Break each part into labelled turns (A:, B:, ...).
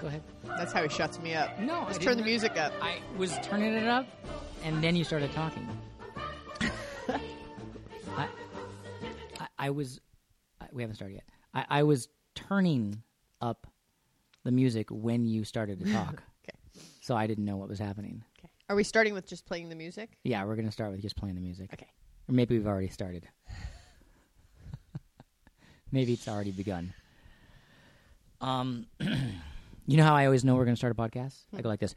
A: Go ahead.
B: That's how he shuts me up.
A: No,
B: Let's
A: I
B: turn
A: didn't-
B: the music up.
A: I was turning it up, and then you started talking. I, I, I was. I, we haven't started yet. I, I was turning up the music when you started to talk.
B: Okay.
A: So I didn't know what was happening.
B: Okay. Are we starting with just playing the music?
A: Yeah, we're gonna start with just playing the music.
B: Okay.
A: Or maybe we've already started. maybe it's already begun. Um, you know how I always know we're going to start a podcast? I go like this.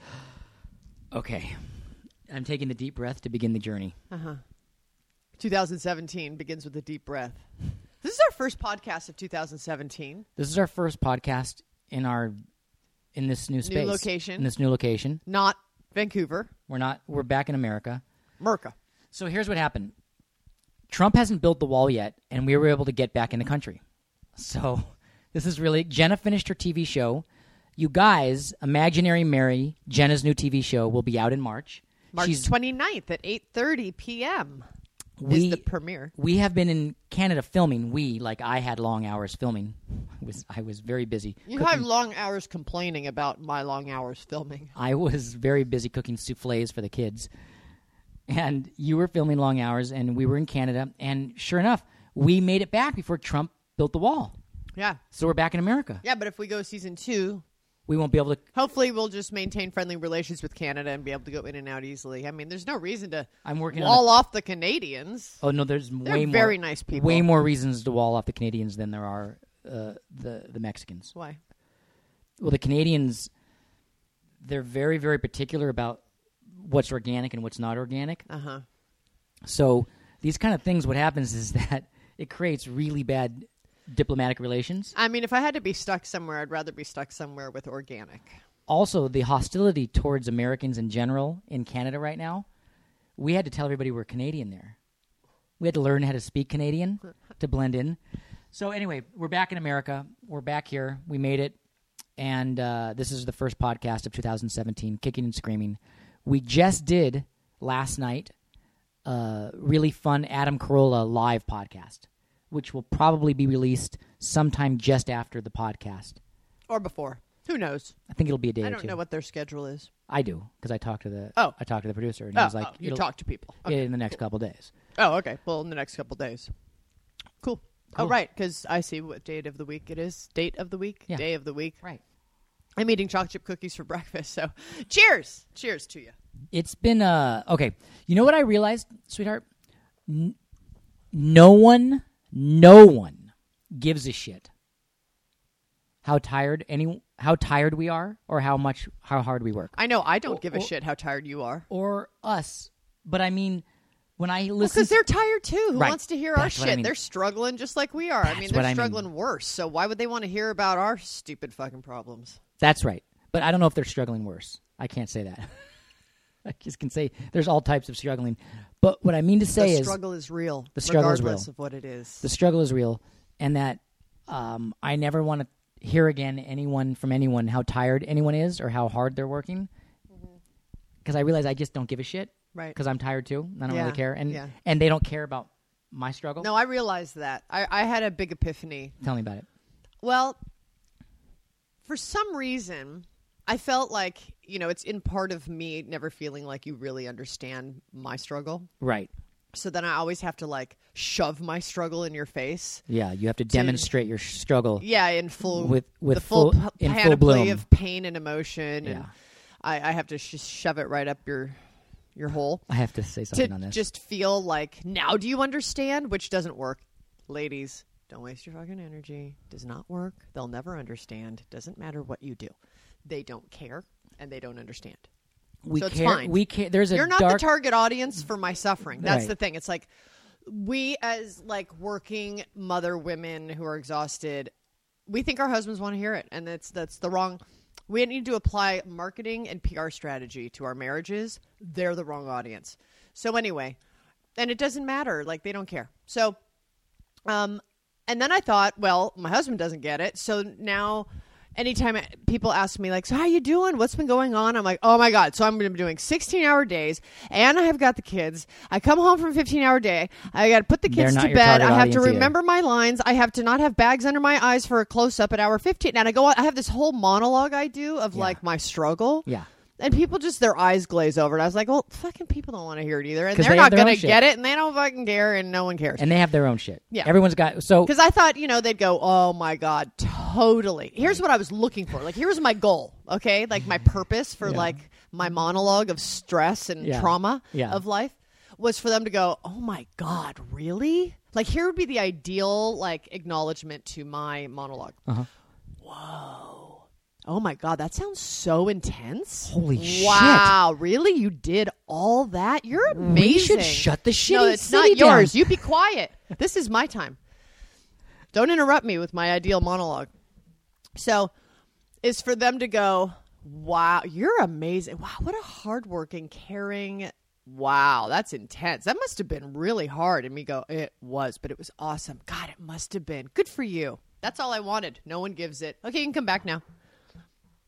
A: Okay. I'm taking the deep breath to begin the journey.
B: 2017 begins with a deep breath. This is our first podcast of 2017.
A: This is our first podcast in our in this new space.
B: location.
A: In this new location.
B: Not Vancouver,
A: We're not we're back in America.
B: Merca.
A: So here's what happened. Trump hasn't built the wall yet, and we were able to get back in the country. So this is really Jenna finished her TV show. You guys, Imaginary Mary, Jenna's new TV show will be out in March.
B: March
A: She's-
B: 29th at 8:30 p.m.
A: We-
B: is the premiere.
A: we have been in Canada filming. We like I had long hours filming. I was I was very busy.
B: You have long hours complaining about my long hours filming.
A: I was very busy cooking souffles for the kids. And you were filming long hours and we were in Canada and sure enough, we made it back before Trump built the wall.
B: Yeah.
A: So we're back in America.
B: Yeah, but if we go season 2,
A: We won't be able to
B: hopefully we'll just maintain friendly relations with Canada and be able to go in and out easily. I mean, there's no reason to
A: I'm working on
B: wall off the Canadians.
A: Oh no, there's way more
B: very nice people.
A: Way more reasons to wall off the Canadians than there are uh, the the Mexicans.
B: Why?
A: Well, the Canadians, they're very very particular about what's organic and what's not organic.
B: Uh huh.
A: So these kind of things, what happens is that it creates really bad diplomatic relations.
B: I mean, if I had to be stuck somewhere, I'd rather be stuck somewhere with organic.
A: Also, the hostility towards Americans in general in Canada right now. We had to tell everybody we're Canadian there. We had to learn how to speak Canadian to blend in. So anyway, we're back in America. We're back here. We made it, and uh, this is the first podcast of 2017, kicking and screaming. We just did last night a really fun Adam Carolla live podcast, which will probably be released sometime just after the podcast.
B: Or before. Who knows?
A: I think it'll be a day
B: I
A: or
B: don't
A: two.
B: know what their schedule is.
A: I do because I talked to the
B: Oh.
A: I talked to the producer and
B: Oh,
A: he was like
B: oh, you
A: it'll-
B: talk to people. Okay.
A: in the next couple days.
B: Oh, okay. Well, in the next couple days. Cool. Oh, right. Because I see what date of the week it is. Date of the week.
A: Yeah.
B: Day of the week.
A: Right.
B: I'm eating chocolate chip cookies for breakfast. So, cheers. Cheers to you.
A: It's been uh okay. You know what I realized, sweetheart? N- no one, no one gives a shit how tired any how tired we are or how much how hard we work
B: I know I don't give a shit how tired you are.
A: or us. But I mean, when I listen,
B: Because they're tired too. Who
A: Right.
B: wants to hear our
A: That's what
B: shit?
A: I mean.
B: They're struggling just like we are. I mean,
A: That's what I
B: they're
A: mean.
B: struggling worse. So, why would they want to hear about our stupid fucking problems?
A: that's right. But I don't know if they're struggling worse. I can't say that. I just can say there's all types of struggling. But what I mean to say
B: the
A: is
B: struggle is real,
A: the struggle is
B: regardless
A: real.
B: of what it is.
A: the struggle is real and that um, i never want to hear again anyone from anyone how tired anyone is or how hard they're working because i realize i just don't give a shit
B: Mm-hmm. Right.
A: because i'm tired too and i don't
B: Yeah,
A: really care and
B: yeah.
A: and they don't care about my struggle
B: No, I realized that. I, I had a big epiphany.
A: tell me about it
B: Well, for some reason, I felt like you know it's in part of me never feeling like you really understand my struggle.
A: right
B: So then I always have to like shove my struggle in your face.
A: yeah you have to demonstrate your struggle
B: Yeah, in full
A: With- with
B: the
A: full-
B: full, p-
A: in full
B: panoply
A: bloom.
B: of pain and emotion, and
A: Yeah.
B: I, I have to sh- shove it right up your your hole.
A: i have to say something
B: to
A: on this
B: just feel like now do you understand which doesn't work ladies don't waste your fucking energy does not work they'll never understand doesn't matter what you do they don't care and they don't understand
A: we
B: so it's
A: care
B: fine.
A: we care there's a
B: you're not
A: dark
B: the target audience for my suffering that's
A: Right.
B: the thing it's like we as like working mother women who are exhausted we think our husbands want to hear it and that's that's the wrong we need to apply marketing and pr strategy to our marriages they're the wrong audience so anyway and it doesn't matter like they don't care so um and then i thought well my husband doesn't get it so now anytime people ask me like so how you doing what's been going on i'm like oh my god so i'm gonna be doing 16 hour days and i have got the kids i come home from a 15 hour day i gotta put the
A: They're
B: kids
A: not
B: to
A: your
B: bed
A: target
B: i have
A: audience
B: to
A: either.
B: remember my lines i have to not have bags under my eyes for a close-up at hour 15 and i go on i have this whole monologue i do of like my struggle
A: Yeah.
B: and people just their eyes glaze over and i was like well fucking people don't want to hear it either and
A: 'Cause
B: they're
A: they
B: not
A: have their own
B: gonna
A: shit.
B: get it and they don't fucking care and no one cares
A: And they have their own shit.
B: Yeah.
A: Everyone's got so
B: because I thought, you know, they'd go, oh my God, totally. Here's what I was looking for. Like, here's my goal, okay? Like, my purpose for,
A: Yeah.
B: like, my monologue of stress and
A: Yeah.
B: trauma
A: Yeah.
B: of life was for them to go, oh my God, really? Like, here would be the ideal, like, acknowledgement to my monologue.
A: Uh-huh.
B: Whoa. Oh my God, that sounds so intense.
A: Holy
B: wow,
A: shit.
B: Wow, really? You did all that? You're amazing.
A: we should shut the shitty
B: No, it's
A: city
B: not yours.
A: down.
B: You be quiet. this is my time. Don't interrupt me with my ideal monologue. So, is for them to go, wow, you're amazing. Wow, what a hardworking, caring. Wow, that's intense. That must have been really hard. And me go, it was, but it was awesome. God, it must have been. Good for you. That's all I wanted. No one gives it. Okay, you can come back now.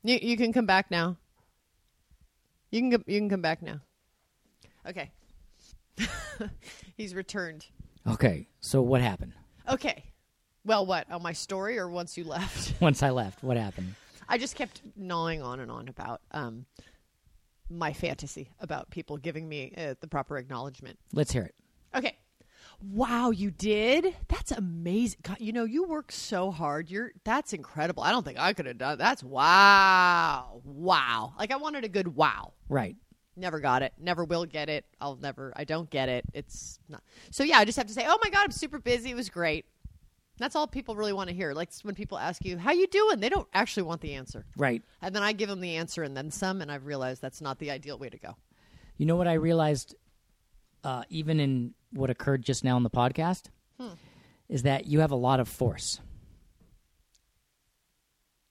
B: You, you can come back now. You can go- you can come back now. Okay. He's returned.
A: Okay. So what happened?
B: Okay. Well, what? On my story or once you left?
A: Once I left, what happened?
B: I just kept gnawing on and on about um, my fantasy about people giving me uh, the proper acknowledgement.
A: Let's hear it.
B: Okay. Wow, you did? That's amazing. God, you know, you work so hard. You're that's incredible. I don't think I could have done. That's wow. Wow. Like I wanted a good wow.
A: Right.
B: Never got it. Never will get it. I'll never. I don't get it. It's not. So yeah, I just have to say, oh my god, I'm super busy. It was great. That's all people really want to hear. Like when people ask you, "How you doing?" They don't actually want the answer.
A: Right.
B: And then I give them the answer and then some, and I've realized that's not the ideal way to go.
A: You know what I realized, uh, even in what occurred just now in the podcast,
B: Hmm.
A: is that you have a lot of force.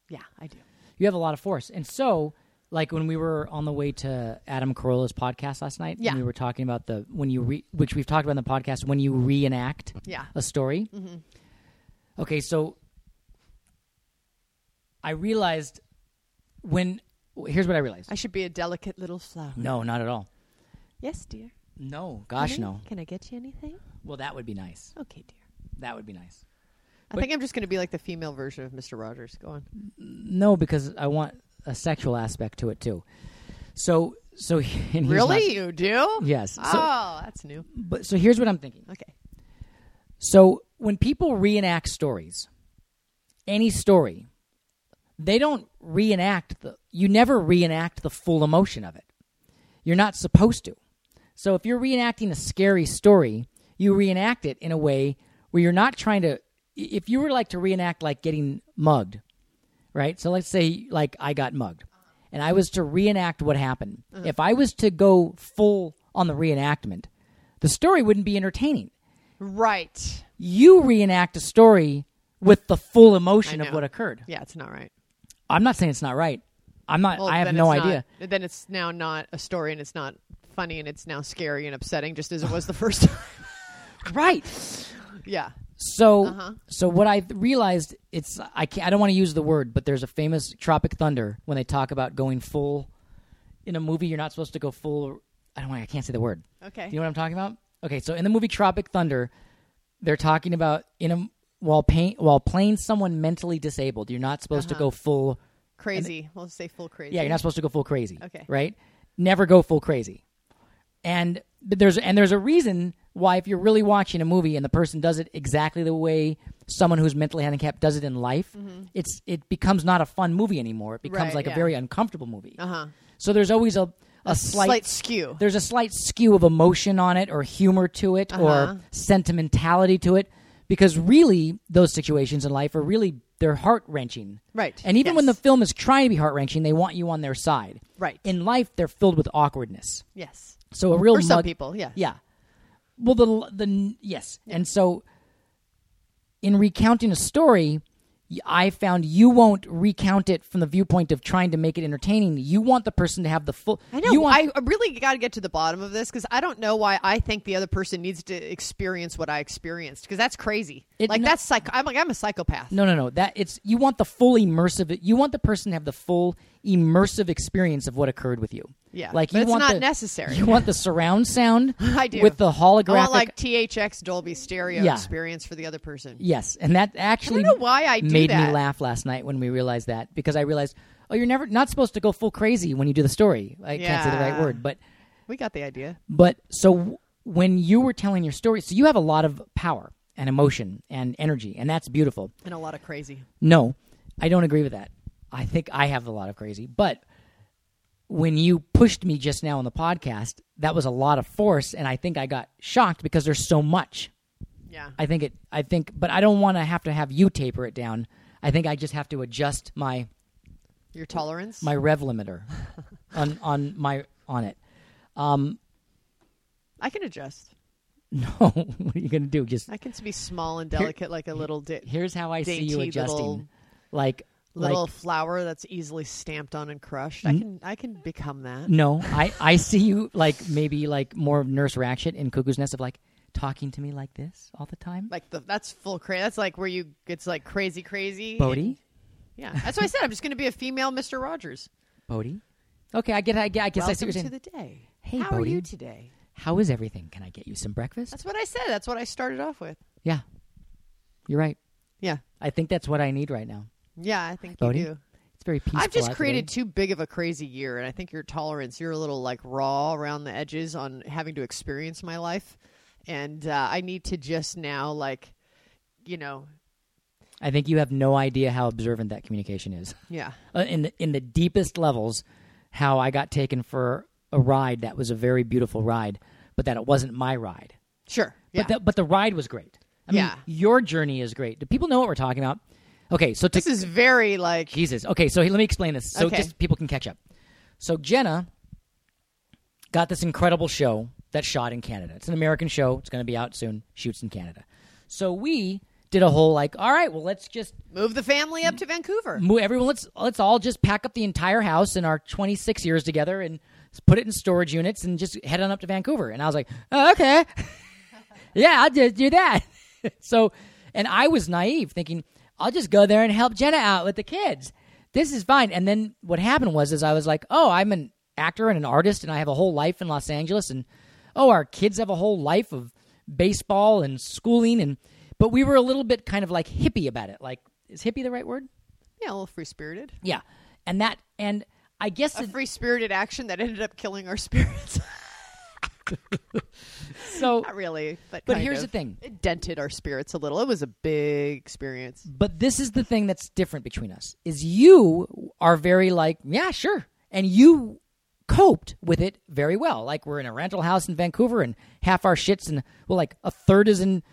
B: Yeah, I do.
A: You have a lot of force, and so like when we were on the way to Adam Carolla's podcast last night,
B: Yeah.
A: and we were talking about the when you re, which we've talked about in the podcast when you reenact
B: Yeah. Mm-hmm.
A: a story. Okay, so I realized when here's what I realized.
B: I should be a delicate little flower.
A: no, not at all.
B: Yes, dear.
A: No, gosh,
B: Honey,
A: no.
B: Can I get you anything?
A: Well, that would be nice.
B: Okay, dear.
A: That would be nice.
B: I think I'm just going to be like the female version of Mr. Rogers. Go on.
A: No, because I want a sexual aspect to it too. So, so and here's
B: Really,
A: not-
B: you do?
A: yes. So,
B: oh, that's new.
A: but so here's what I'm thinking.
B: Okay.
A: So when people reenact stories, any story, they don't reenact the. You never reenact the full emotion of it. You're not supposed to. So if you're reenacting a scary story, you reenact it in a way where you're not trying to. i- If you were like to reenact like getting mugged, right? So let's say like I got mugged, and I was to reenact what happened. If I was to go full on the reenactment, the story wouldn't be entertaining
B: Right.
A: you reenact a story with the full emotion
B: I
A: of
B: know.
A: what occurred.
B: Yeah, it's not right.
A: I'm not saying it's not right. I'm not.
B: Well,
A: I have
B: then
A: no
B: it's not-
A: idea.
B: then it's now not a story, and it's not funny, and it's now scary and upsetting, just as it was the first time.
A: Right.
B: yeah,
A: So,
B: Uh-huh.
A: so what I realized it's I can't, I don't want to use the word, but there's a famous Tropic Thunder when they talk about going full in a movie. You're not supposed to go full. I don't. want I can't say the word.
B: Okay.
A: You know what I'm talking about? Okay. So in the movie Tropic Thunder, they're talking about in a while pain while playing someone mentally disabled. You're not supposed
B: Uh-huh.
A: to go full
B: crazy. we'll say full crazy.
A: Yeah, you're not supposed to go full crazy.
B: Okay.
A: Right? Never go full crazy. And but there's and there's a reason why if you're really watching a movie and the person does it exactly the way someone who's mentally handicapped does it in life, it's it becomes not a fun movie anymore. It becomes
B: Mm-hmm. Right,
A: like
B: yeah.
A: a very uncomfortable movie.
B: Uh-huh.
A: So there's always a a,
B: slight,
A: slight,
B: skew.
A: there's a slight skew of emotion on it or humor to it
B: Uh-huh.
A: or sentimentality to it because really those situations in life are really they're heart wrenching.
B: Right.
A: And even when the
B: Yes.
A: film is trying to be heart wrenching, they want you on their side.
B: Right.
A: In life, they're filled with awkwardness.
B: yes,
A: So a real
B: for some
A: mug-
B: people, yeah,
A: yeah. Well, the the yes, and so in recounting a story, y- I found you won't recount it from the viewpoint of trying to make it entertaining. You want the person to have the full.
B: I know.
A: You want,
B: I really got to get to the bottom of this because I don't know why I think the other person needs to experience what I experienced because that's crazy.
A: It-
B: like
A: no-
B: that's psych. I'm like I'm a psychopath.
A: No, no, no. That it's you want the full immersive. You want the person to have the full immersive experience of what occurred with you.
B: Yeah,
A: like
B: but
A: you
B: it's
A: want
B: not
A: the-
B: necessary.
A: You want the surround sound.
B: I do. Oh,
A: with the holographic.
B: I want like THX Dolby stereo
A: Yeah.
B: experience for the other person.
A: yes, and that actually
B: know why I do
A: made me
B: that.
A: laugh last night when we realized that because I realized oh you're never not supposed to go full crazy when you do the story. I can't say the right
B: Yeah.
A: word, but
B: We got the idea.
A: But so w- when you were telling your story, so you have a lot of power and emotion and energy, and that's beautiful.
B: And a lot of crazy.
A: No, I don't agree with that. I think I have a lot of crazy, but when you pushed me just now on the podcast, that was a lot of force, and I think I got shocked because there's so much.
B: Yeah.
A: I think it. I think, but I don't want to have to have you taper it down. I think I just have to adjust my
B: Your tolerance.
A: my rev limiter on on my on it.
B: I can adjust.
A: No, what are you gonna do? Just
B: I can be small and delicate, like a little di-
A: here's how I see you
B: dainty
A: adjusting.
B: little-
A: like,
B: little
A: like
B: flower that's easily stamped on and crushed. I can I can become that.
A: no, I, I see you like maybe like more of Nurse Ratchet in Cuckoo's Nest of like talking to me like this all the time.
B: Like the that's full crazy. That's like where you it's like crazy, crazy.
A: Bodie,
B: Yeah, that's what I said. I'm just going to be a female Mister Rogers.
A: Bodie. Okay, I get. I get. I guess I see
B: Welcome
A: what you're
B: to
A: saying.
B: the day.
A: Hey,
B: how
A: Bodhi.
B: are you today?
A: How is everything? Can I get you some breakfast?
B: That's what I said. That's what I started off with.
A: yeah, you're right.
B: Yeah,
A: I think that's what I need right now.
B: yeah. I think
A: Bodhi?
B: you do.
A: It's very peaceful.
B: I've just
A: out
B: created
A: today.
B: too big of a crazy year, and I think your tolerance, you're a little like raw around the edges on having to experience my life, and uh, I need to just now like, you know,
A: I think you have no idea how observant that communication is.
B: yeah.
A: uh, in the, in the deepest levels how I got taken for a ride that was a very beautiful ride, but that it wasn't my ride.
B: Sure. Yeah.
A: But the, but the ride was great. I
B: Yeah.
A: mean, your journey is great. Do people know what we're talking about? Okay, so to,
B: this is very like
A: Jesus. Okay, so he- let me explain this so
B: Okay.
A: just people can catch up. So Jenna got this incredible show that shot in Canada. It's an American show. It's going to be out soon. Shoots in Canada. So we did a whole like, all right, well, let's just
B: move the family up to Vancouver.
A: Mo- everyone let's let's all just pack up the entire house in our 26 years together and s- put it in storage units and just head on up to Vancouver and I was like oh, okay yeah I'll just do that so and I was naive thinking I'll just go there and help Jenna out with the kids this is fine and then what happened was is I was like oh I'm an actor and an artist and I have a whole life in Los Angeles and oh our kids have a whole life of baseball and schooling and but we were a little bit kind of like hippie about it like is hippie the right word
B: Yeah, a little free spirited.
A: yeah, and that and I guess
B: A
A: it-
B: free spirited action that ended up killing our spirits.
A: so.
B: Not really, but
A: But
B: kind
A: here's
B: of.
A: the thing.
B: it dented our spirits a little. It was a big experience.
A: But this is the thing that's different between us: is you are very like, yeah, sure, and you coped with it very well. Like we're in a rental house in Vancouver, and half our shits and well, like a third is in,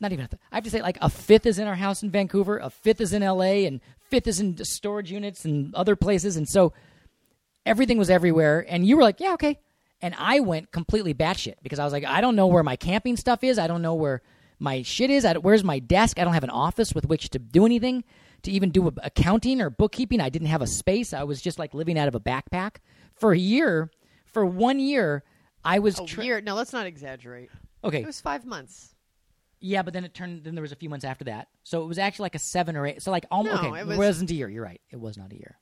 A: not even a th- I have to say, like a fifth is in our house in Vancouver, a fifth is in L.A., and fifth is in storage units and other places, and so everything was everywhere, and you were like, yeah, okay. And I went completely batshit because I was like, I don't know where my camping stuff is. I don't know where my shit is. I, don't- where's my desk? I don't have an office with which to do anything, to even do accounting or bookkeeping. I didn't have a space. I was just like living out of a backpack for a year. For one year, I was
B: A
A: tra-
B: year. No, let's not exaggerate.
A: Oh, okay.
B: It was five months.
A: Yeah, but then it turned. Then there was a few months after that, so it was actually like a seven or eight. So like
B: No,
A: almost okay,
B: it
A: it,
B: was-
A: was, not a year. You're right. It was not a year.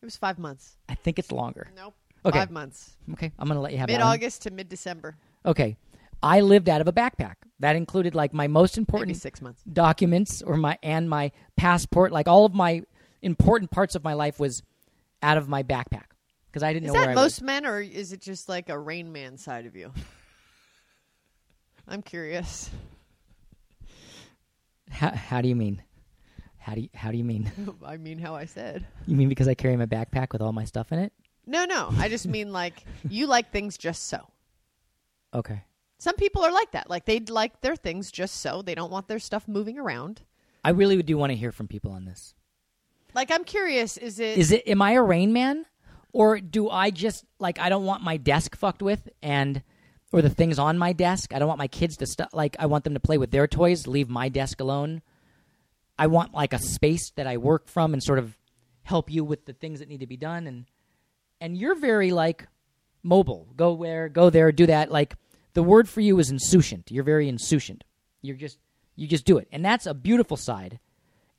B: It was five months.
A: I think it's longer.
B: Nope.
A: Okay.
B: Five months.
A: Okay, I'm gonna let you have that
B: Mid
A: one.
B: August to mid December.
A: Okay. I lived out of a backpack. That included like my most
B: Maybe
A: important
B: six months.
A: documents or my and my passport, like all of my important parts of my life was out of my backpack because I didn't
B: Is
A: know where
B: that
A: I
B: most
A: was.
B: men or is it just like a Rain Man side of you? I'm curious.
A: How, how do you mean? How do you, how do you mean?
B: I mean how I said.
A: You mean because I carry my backpack with all my stuff in it?
B: No, no. I just mean like you like things just so.
A: Okay.
B: Some people are like that. Like they like their things just so. They don't want their stuff moving around.
A: I really do want to hear from people on this.
B: Like I'm curious, is it
A: Is it am I a rain man or do I just like I don't want my desk fucked with and or the things on my desk? I don't want my kids to stu- like I want them to play with their toys, leave my desk alone. I want like a space that I work from and sort of help you with the things that need to be done and and you're very like mobile. Go where, go there, do that. Like the word for you is insouciant. You're very insouciant. You're just you just do it. And that's a beautiful side.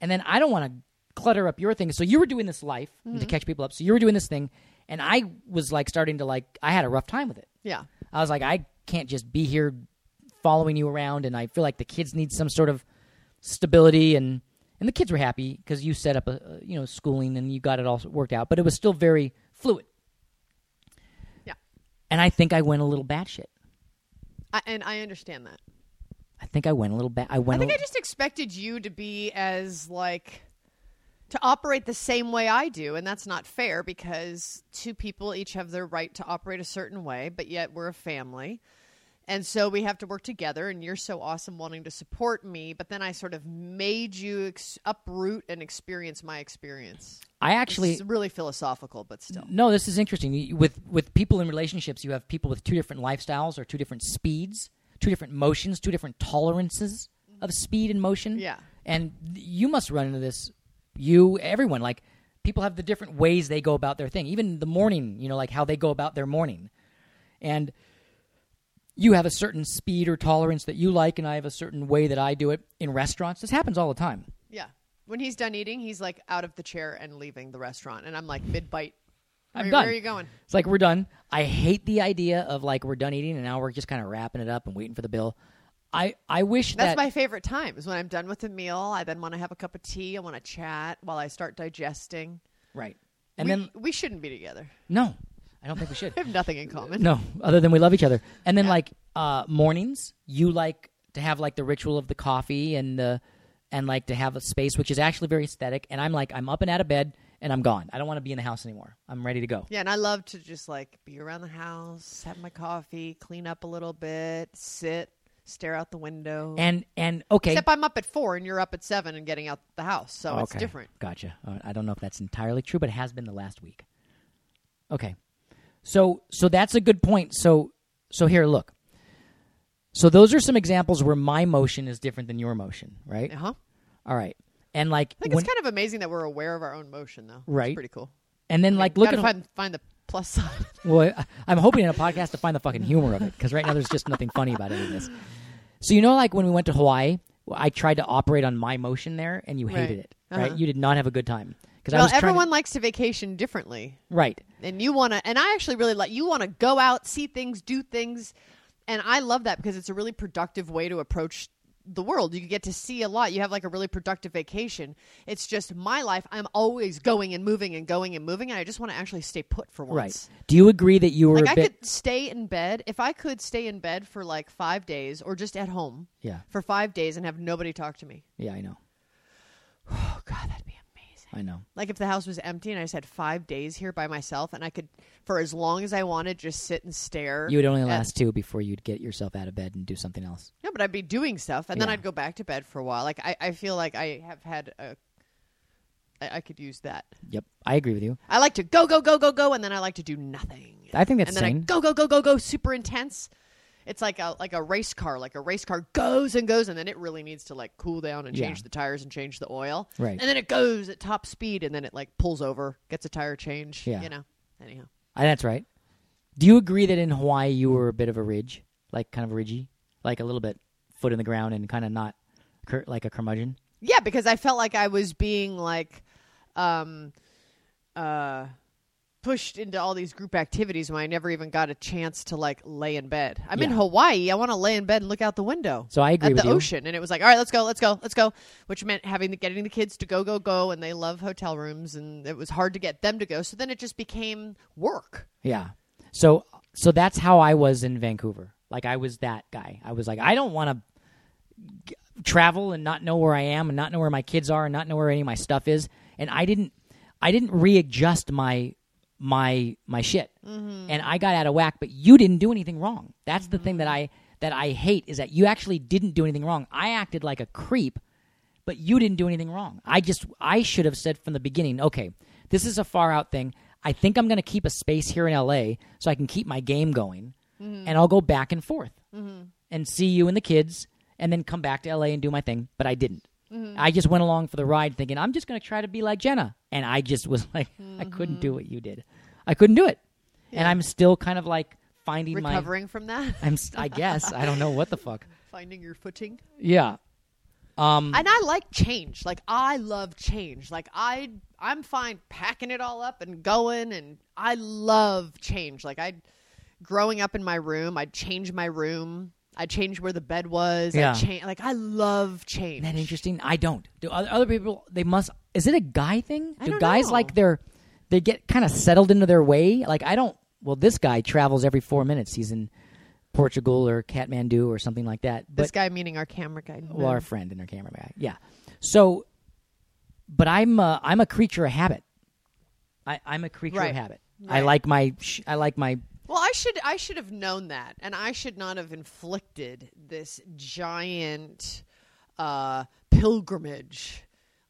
A: And then I don't want to clutter up your thing. So you were doing this life to catch people up. So you were doing this thing and I was like starting to like I had a rough time with it.
B: Yeah.
A: I was like, I can't just be here following you around, and I feel like the kids need some sort of stability. And and the kids were happy because you set up a a, you know schooling and you got it all worked out, but it was still very fluid.
B: Yeah.
A: And I think I went a little batshit.
B: I, and I understand that.
A: I think I went a little bat. I
B: I
A: went. a
B: think I
A: little-
B: just expected you to be as like to operate the same way I do, and that's not fair because two people each have their right to operate a certain way, but yet we're a family. And so we have to work together, and you're so awesome wanting to support me, but then I sort of made you ex- uproot and experience my experience.
A: I actually Mm.
B: It's really philosophical, but still.
A: No, this is interesting. You- With with people in relationships, you have people with two different lifestyles or two different speeds, two different motions, two different tolerances of speed and motion.
B: Yeah.
A: And you must run into this you everyone like people have the different ways they go about their thing. Even the morning, you know, like how they go about their morning. And you have a certain speed or tolerance that you like and I have a certain way that I do it in restaurants. This happens all the time.
B: Yeah. When he's done eating, he's like out of the chair and leaving the restaurant, and I'm like mid bite.
A: I'm
B: where,
A: done.
B: Where are you going?
A: It's like we're done. I hate the idea of like we're done eating and now we're just kind of wrapping it up and waiting for the bill. I I wish
B: That's
A: that
B: my favorite time is when I'm done with a meal. I then want to have a cup of tea. I want to chat while I start digesting.
A: right. And
B: we,
A: then
B: we shouldn't be together.
A: no, I don't think we should.
B: We have nothing in common.
A: no, other than we love each other. And then like uh mornings, you like to have like the ritual of the coffee and the and like to have a space which is actually very aesthetic. And I'm like I'm up and out of bed and I'm gone. I don't want to be in the house anymore. I'm ready to go.
B: Yeah, and I love to just like be around the house, have my coffee, clean up a little bit, sit, stare out the window.
A: And and okay,
B: Except I'm up at four and you're up at seven and getting out the house, so it's
A: Okay.
B: different.
A: Gotcha. All right. I don't know if that's entirely true, but it has been the last week. Okay. So so that's a good point. So so here, look. So those are some examples where my motion is different than your motion, right?
B: Uh huh.
A: All right. And like
B: I think
A: when,
B: it's kind of amazing that we're aware of our own motion, though. It's
A: Right.
B: pretty cool.
A: and then like look
B: Gotta
A: at
B: find find the plus side.
A: well, I- I'm hoping in a podcast to find the fucking humor of it because right now there's just nothing funny about any of this. So you know, like when we went to Hawaii, I tried to operate on my motion there, and you hated
B: Right.
A: it, right?
B: Uh-huh.
A: You did not have a good time because I
B: well,
A: was trying.
B: everyone
A: To,
B: likes to vacation differently.
A: right.
B: and you want to and i actually really like you want to go out see things do things and i love that because it's a really productive way to approach the world you get to see a lot you have like a really productive vacation it's just my life i'm always going and moving and going and moving and i just want to actually stay put for
A: Right.
B: once
A: Do you agree that you were
B: like
A: a
B: i
A: bit?
B: could stay in bed if i could stay in bed for like five days or just at home
A: Yeah.
B: for five days and have nobody talk to me
A: Yeah, I know.
B: oh god that'd be amazing
A: I know.
B: Like if the house was empty and I just had five days here by myself and I could, for as long as I wanted, just sit and stare.
A: You would only
B: at-
A: last two before you'd get yourself out of bed and do something else.
B: No, but I'd be doing stuff and then
A: Yeah.
B: I'd go back to bed for a while. Like I, I feel like I have had a, I, I could use that.
A: Yep, I agree with you.
B: I like to go, go, go, go, go, and then I like to do nothing.
A: I think that's
B: and then
A: sane.
B: I go, go, go, go, go, super intense. It's like a like a race car. Like a race car goes and goes, and then it really needs to like cool down and
A: Yeah.
B: change the tires and change the oil.
A: Right.
B: And then it goes at top speed, and then it like pulls over, gets a tire change.
A: Yeah.
B: You know. Anyhow.
A: Ah, that's right. Do you agree that in Hawaii you were a bit of a ridge, like kind of ridgy, like a little bit foot in the ground and kind of not cur- like a curmudgeon?
B: Yeah, because I felt like I was being like um uh pushed into all these group activities when I never even got a chance to like lay in bed. I'm in
A: Yeah.
B: Hawaii. I want to lay in bed and look out the window.
A: So I agree
B: at
A: with
B: the
A: you.
B: ocean and it was like, "All right, let's go. Let's go. Let's go." Which meant having the, getting the kids to go go go and they love hotel rooms and it was hard to get them to go. So then it just became work.
A: Yeah. So so that's how I was in Vancouver. Like I was that guy. I was like I don't want to travel and not know where I am and not know where my kids are and not know where any of my stuff is and I didn't I didn't readjust my my my shit. And I got out of whack, but you didn't do anything wrong. That's the thing that I that I hate is that you actually didn't do anything wrong. I acted like a creep but you didn't do anything wrong. I just I should have said from the beginning, okay, this is a far out thing. I think I'm going to keep a space here in LA so I can keep my game going, and I'll go back and forth and see you and the kids, and then come back to LA and do my thing. But I didn't. I just went along for the ride thinking, I'm just going to try to be like Jenna. And I just was like, I couldn't do what you did. I couldn't do it. And I'm still kind of like finding my.
B: Recovering from that,
A: I'm, s- I guess. I don't know what the fuck.
B: finding your footing.
A: Yeah. Um,
B: And I like change. Like I love change. Like I I'm fine packing it all up and going and I love change. Like I growing up in my room, I'd change my room. I changed where the bed was.
A: Yeah.
B: I change like I love change.
A: Isn't that interesting? I don't. Do other, other people? They must. Is it a guy thing?
B: I
A: Do
B: don't
A: guys
B: know.
A: like their? They get kind of settled into their way. Like I don't. Well, this guy travels every four minutes. He's in Portugal or Kathmandu or something like that. But
B: this guy meaning our camera guy.
A: well, our friend and our camera guy. Yeah. So, but I'm a, I'm a creature of habit. I, I'm a creature
B: Right.
A: of habit. I
B: Right.
A: like my sh- I like my
B: Well, I should I should have known that, and I should not have inflicted this giant uh, pilgrimage,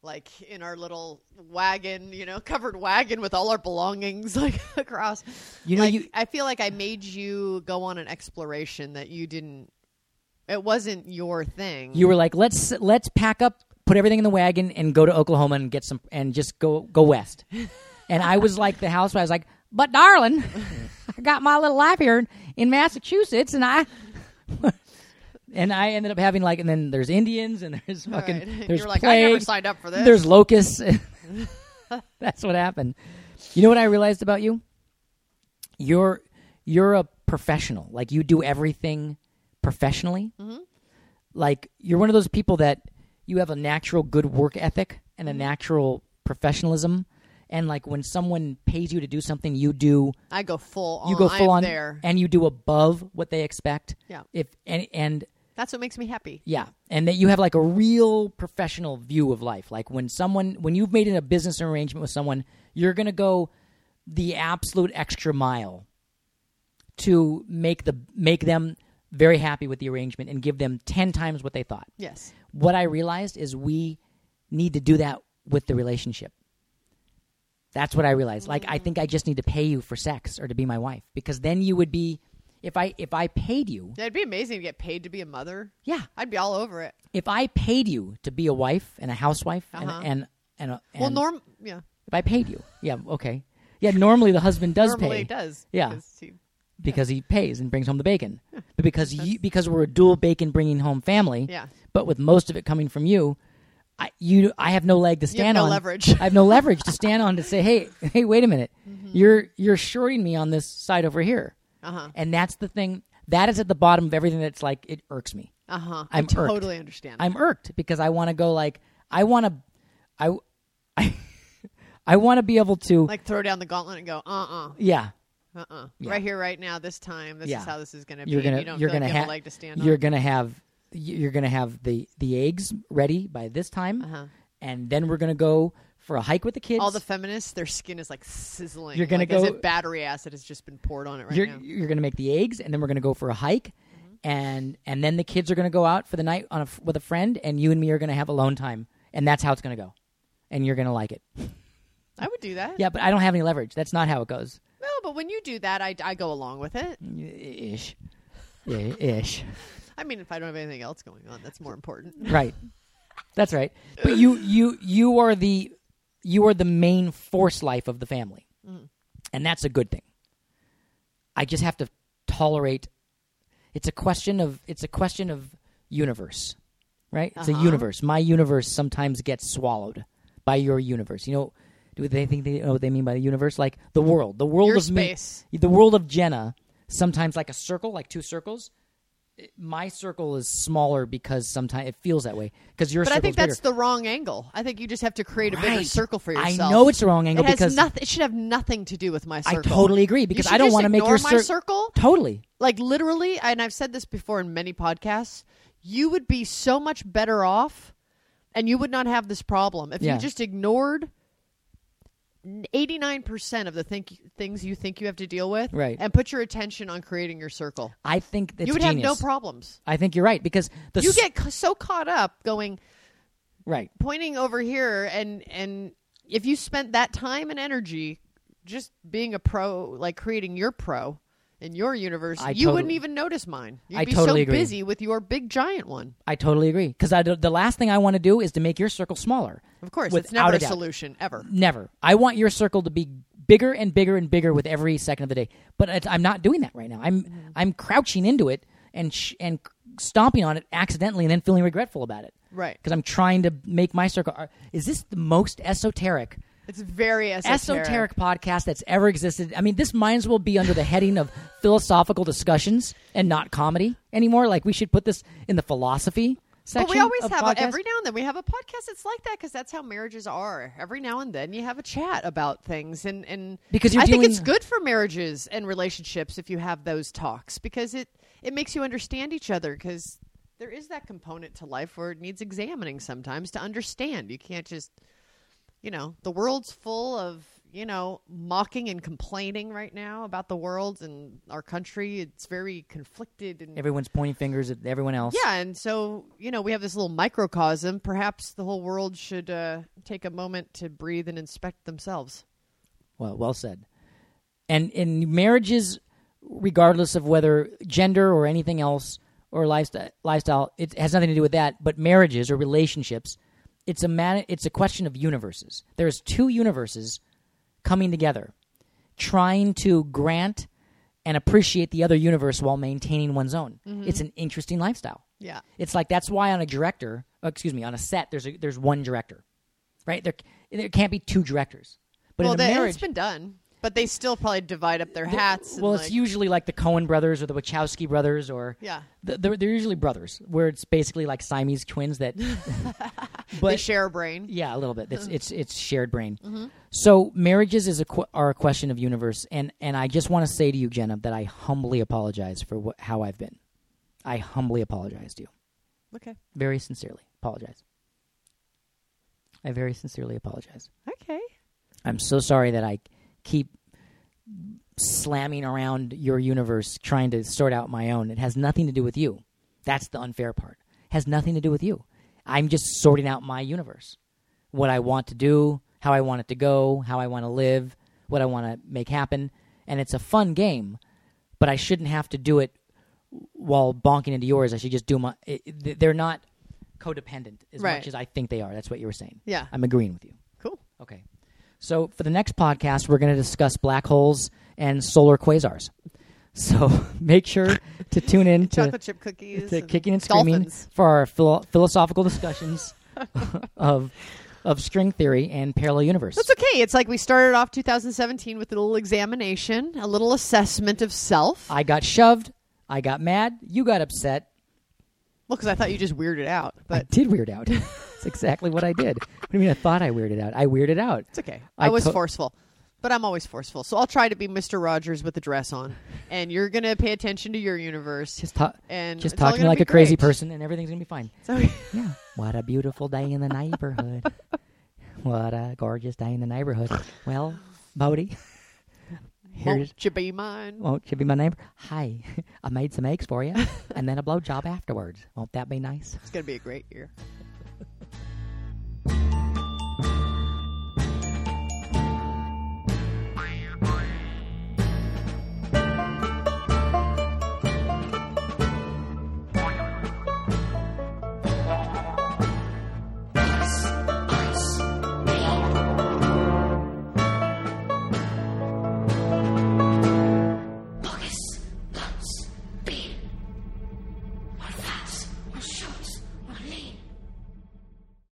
B: like in our little wagon, you know, covered wagon with all our belongings, like across.
A: You know,
B: Like,
A: you-
B: I feel like I made you go on an exploration that you didn't. It wasn't your thing.
A: you were like let's let's pack up put everything in the wagon and go to oklahoma and get some and just go go west and i was like the housewife I was like but darling i got my little life here in massachusetts and i and i ended up having like and then there's indians and there's
B: All
A: fucking
B: right.
A: there's
B: You're like I never
A: plague,
B: signed up for this.
A: there's locusts that's what happened you know what i realized about you you're you're a professional like you do everything professionally
B: Mm-hmm.
A: like you're one of those people that you have a natural good work ethic and
B: Mm-hmm.
A: a natural professionalism and like when someone pays you to do something you do
B: I go full. On.
A: you go full
B: Oh, I'm
A: on
B: there.
A: and you do above what they expect
B: Yeah.
A: if and and
B: That's what makes me happy.
A: yeah, and that you have like a real professional view of life. Like when someone, when you've made a business arrangement with someone, you're gonna go the absolute extra mile to make the make them very happy with the arrangement and give them ten times what they thought.
B: Yes.
A: What I realized is we need to do that with the relationship. That's what I realized. Like I think I just need to pay you for sex or to be my wife because then you would be if I if I paid you,
B: It'd be amazing to get paid to be a mother.
A: yeah,
B: I'd be all over it.
A: if I paid you to be a wife and a housewife
B: Uh-huh.
A: and and and, a, and
B: Well, norm, yeah,
A: if I paid you, yeah, okay, yeah. Normally the husband does
B: normally
A: pay
B: it does.
A: Yeah.
B: 'cause he-
A: because he pays and brings home the bacon, but because you because we're a dual bacon bringing home family,
B: Yeah.
A: But with most of it coming from you, I you I have no leg to
B: You have
A: stand
B: no
A: on.
B: leverage. Mm-hmm.
A: I have no leverage to stand on to say, hey, hey, wait a minute, you're you're shorting me on this side over here,
B: Uh-huh.
A: and that's the thing that is at the bottom of everything. That's like it irks me.
B: Uh huh. I
A: I'm irked.
B: totally understand.
A: I'm irked because I want to go like I want to I I, I want to be able to
B: like throw down the gauntlet and go, uh, uh
A: yeah
B: uh, uh, right here, right now, this time, this
A: Yeah.
B: is how this is going to be.
A: you're
B: and
A: gonna
B: you don't
A: you're
B: feel
A: gonna
B: like you have
A: ha-
B: a leg to stand
A: you're
B: on.
A: gonna have you're gonna have the the eggs ready by this time
B: Uh-huh.
A: and then we're gonna go for a hike with the kids
B: All the feminists, their skin is like sizzling.
A: You're gonna
B: like, as
A: go-
B: if battery acid has just been poured on it right
A: you're
B: now. Mm-hmm.
A: you're gonna make the eggs and then we're gonna go for a hike and and then the kids are gonna go out for the night on a f with a friend and you and me are gonna have alone time and that's how it's gonna go and you're gonna like it
B: I would do that.
A: yeah but I don't have any leverage that's not how it goes
B: No, but when you do that, I, I go along with it.
A: ish yeah ish
B: I mean, if I don't have anything else going on, that's more important.
A: right that's right but you you you are the you are the main force life of the family
B: Mm.
A: and that's a good thing i just have to tolerate it's a question of it's a question of universe right it's a
B: Uh-huh.
A: universe my universe sometimes gets swallowed by your universe you know do they think they know what they mean by the universe like the world the world
B: Your
A: of me-
B: space.
A: the world of jenna sometimes like a circle like two circles it- my circle is smaller because sometimes it feels that way because your
B: But
A: circle's
B: I think
A: bigger.
B: that's the wrong angle. I think you just have to create a bigger
A: Right.
B: circle for
A: I
B: yourself.
A: know it's the wrong angle
B: It has
A: because-
B: nothing. It should have nothing to do with my
A: I
B: circle.
A: totally agree because
B: should
A: I don't
B: just
A: want to make your
B: ignore my
A: cir-
B: circle.
A: Totally.
B: Like literally, and I've said this before in many podcasts. You would be so much better off, and you would not have this problem if
A: Yeah.
B: you just ignored eighty nine percent of the think- things you think you have to deal with,
A: Right.
B: And put your attention on creating your circle.
A: I think that's
B: you would
A: genius.
B: have no problems.
A: I think you're right because the
B: You
A: s-
B: get c- so caught up going,
A: right.
B: pointing over here and and if you spent that time and energy just being a pro like creating your pro in your universe,
A: I
B: you
A: totally-
B: wouldn't even notice mine. You'd
A: I
B: be so
A: totally agree.
B: busy with your big giant one.
A: I totally agree. Because the last thing I want to do is to make your circle smaller.
B: Of course, it's
A: Without
B: never
A: a
B: a
A: doubt.
B: solution ever.
A: Never. I want your circle to be bigger and bigger and bigger with every second of the day. But it's, I'm not doing that right now. I'm
B: Mm-hmm.
A: I'm crouching into it and sh- and stomping on it accidentally and then feeling regretful about it.
B: Right.
A: Because I'm trying to make my circle. are- Is this the most esoteric?
B: It's very esoteric.
A: Esoteric podcast that's ever existed. I mean, this might as well be under the heading of philosophical discussions and not comedy anymore. Like, we should put this in the philosophy section.
B: But we always
A: of
B: have
A: podcasts.
B: a, every now and then we have a podcast that's like that because that's how marriages are. Every now and then you have a chat about things, and and
A: Because you're
B: I think
A: dealing-
B: it's good for marriages and relationships if you have those talks because it it makes you understand each other because there is that component to life where it needs examining sometimes to understand. You can't just you know the world's full of you know mocking and complaining right now about the world and our country. It's very conflicted and
A: Everyone's pointing fingers at everyone else.
B: yeah, and so you know we have this little microcosm. Perhaps the whole world should uh, take a moment to breathe and inspect themselves.
A: Well, well said. And in marriages, regardless of whether gender or anything else or lifestyle, lifestyle, it has nothing to do with that. But marriages or relationships, it's a man, it's a question of universes. There's two universes coming together, trying to grant and appreciate the other universe while maintaining one's own. It's an interesting lifestyle.
B: Mm-hmm. Yeah,
A: It's like that's why on a director, oh, excuse me, on a set, there's a, there's one director, right? There there can't be two directors. But
B: well,
A: in a
B: that,
A: marriage,
B: it's been done, but they still probably divide up their hats.
A: well,
B: and,
A: it's
B: like-
A: usually like the Cohen brothers or the Wachowski brothers, or
B: Yeah.
A: Th- they're they're usually brothers, where it's basically like Siamese twins that.
B: they uh-huh. Mm-hmm.
A: but
B: share a brain.
A: yeah, a little bit. It's it's it's shared brain. So marriages is a qu- are a question of universe, and and I just want to say to you, Jenna, that I humbly apologize for wh- how I've been. I humbly apologize to you,
B: Okay,
A: very sincerely apologize. I very sincerely apologize.
B: okay.
A: I'm so sorry that I keep slamming around your universe trying to sort out my own. It has nothing to do with you. That's the unfair part. has nothing to do with you. I'm just sorting out my universe. What I want to do, how I want it to go, how I want to live, what I want to make happen. And it's a fun game, but I shouldn't have to do it while bonking into yours. I should just do my. It, it- they're not codependent as
B: Right.
A: much as I think they are. That's what you were saying.
B: Yeah,
A: I'm agreeing with you.
B: cool.
A: Okay. So for the next podcast, we're going to discuss black holes and solar quasars. So make sure to tune in to,
B: Chocolate chip cookies.
A: to
B: and
A: Kicking and Screaming
B: dolphins.
A: for our philo- philosophical discussions of of string theory and parallel universe.
B: That's okay. It's like we started off 2017 with a little examination, a little assessment of self. Well,
A: I got shoved. I got mad. You got upset.
B: 'cause because I thought you just weirded out,
A: I
B: but
A: did weird out. That's exactly what I did. What do you mean I thought I weirded out? I weirded out.
B: It's okay. I,
A: I
B: was
A: to-
B: forceful, but I'm always forceful. So I'll try to be Mr. Rogers with a dress on, and you're gonna pay attention to your universe.
A: Just, ta-
B: And
A: just
B: it's all
A: talk to me
B: gonna
A: like
B: be
A: a crazy
B: great.
A: person and everything's going to be fine.
B: So
A: Yeah. What a beautiful day in the neighborhood. what a gorgeous day in the neighborhood. Well, Bodie, here's
B: won't you be mine?
A: won't you be my neighbor? Hi, I made some eggs for you, and then a blowjob afterwards. Won't that be nice?
B: It's gonna be a great year.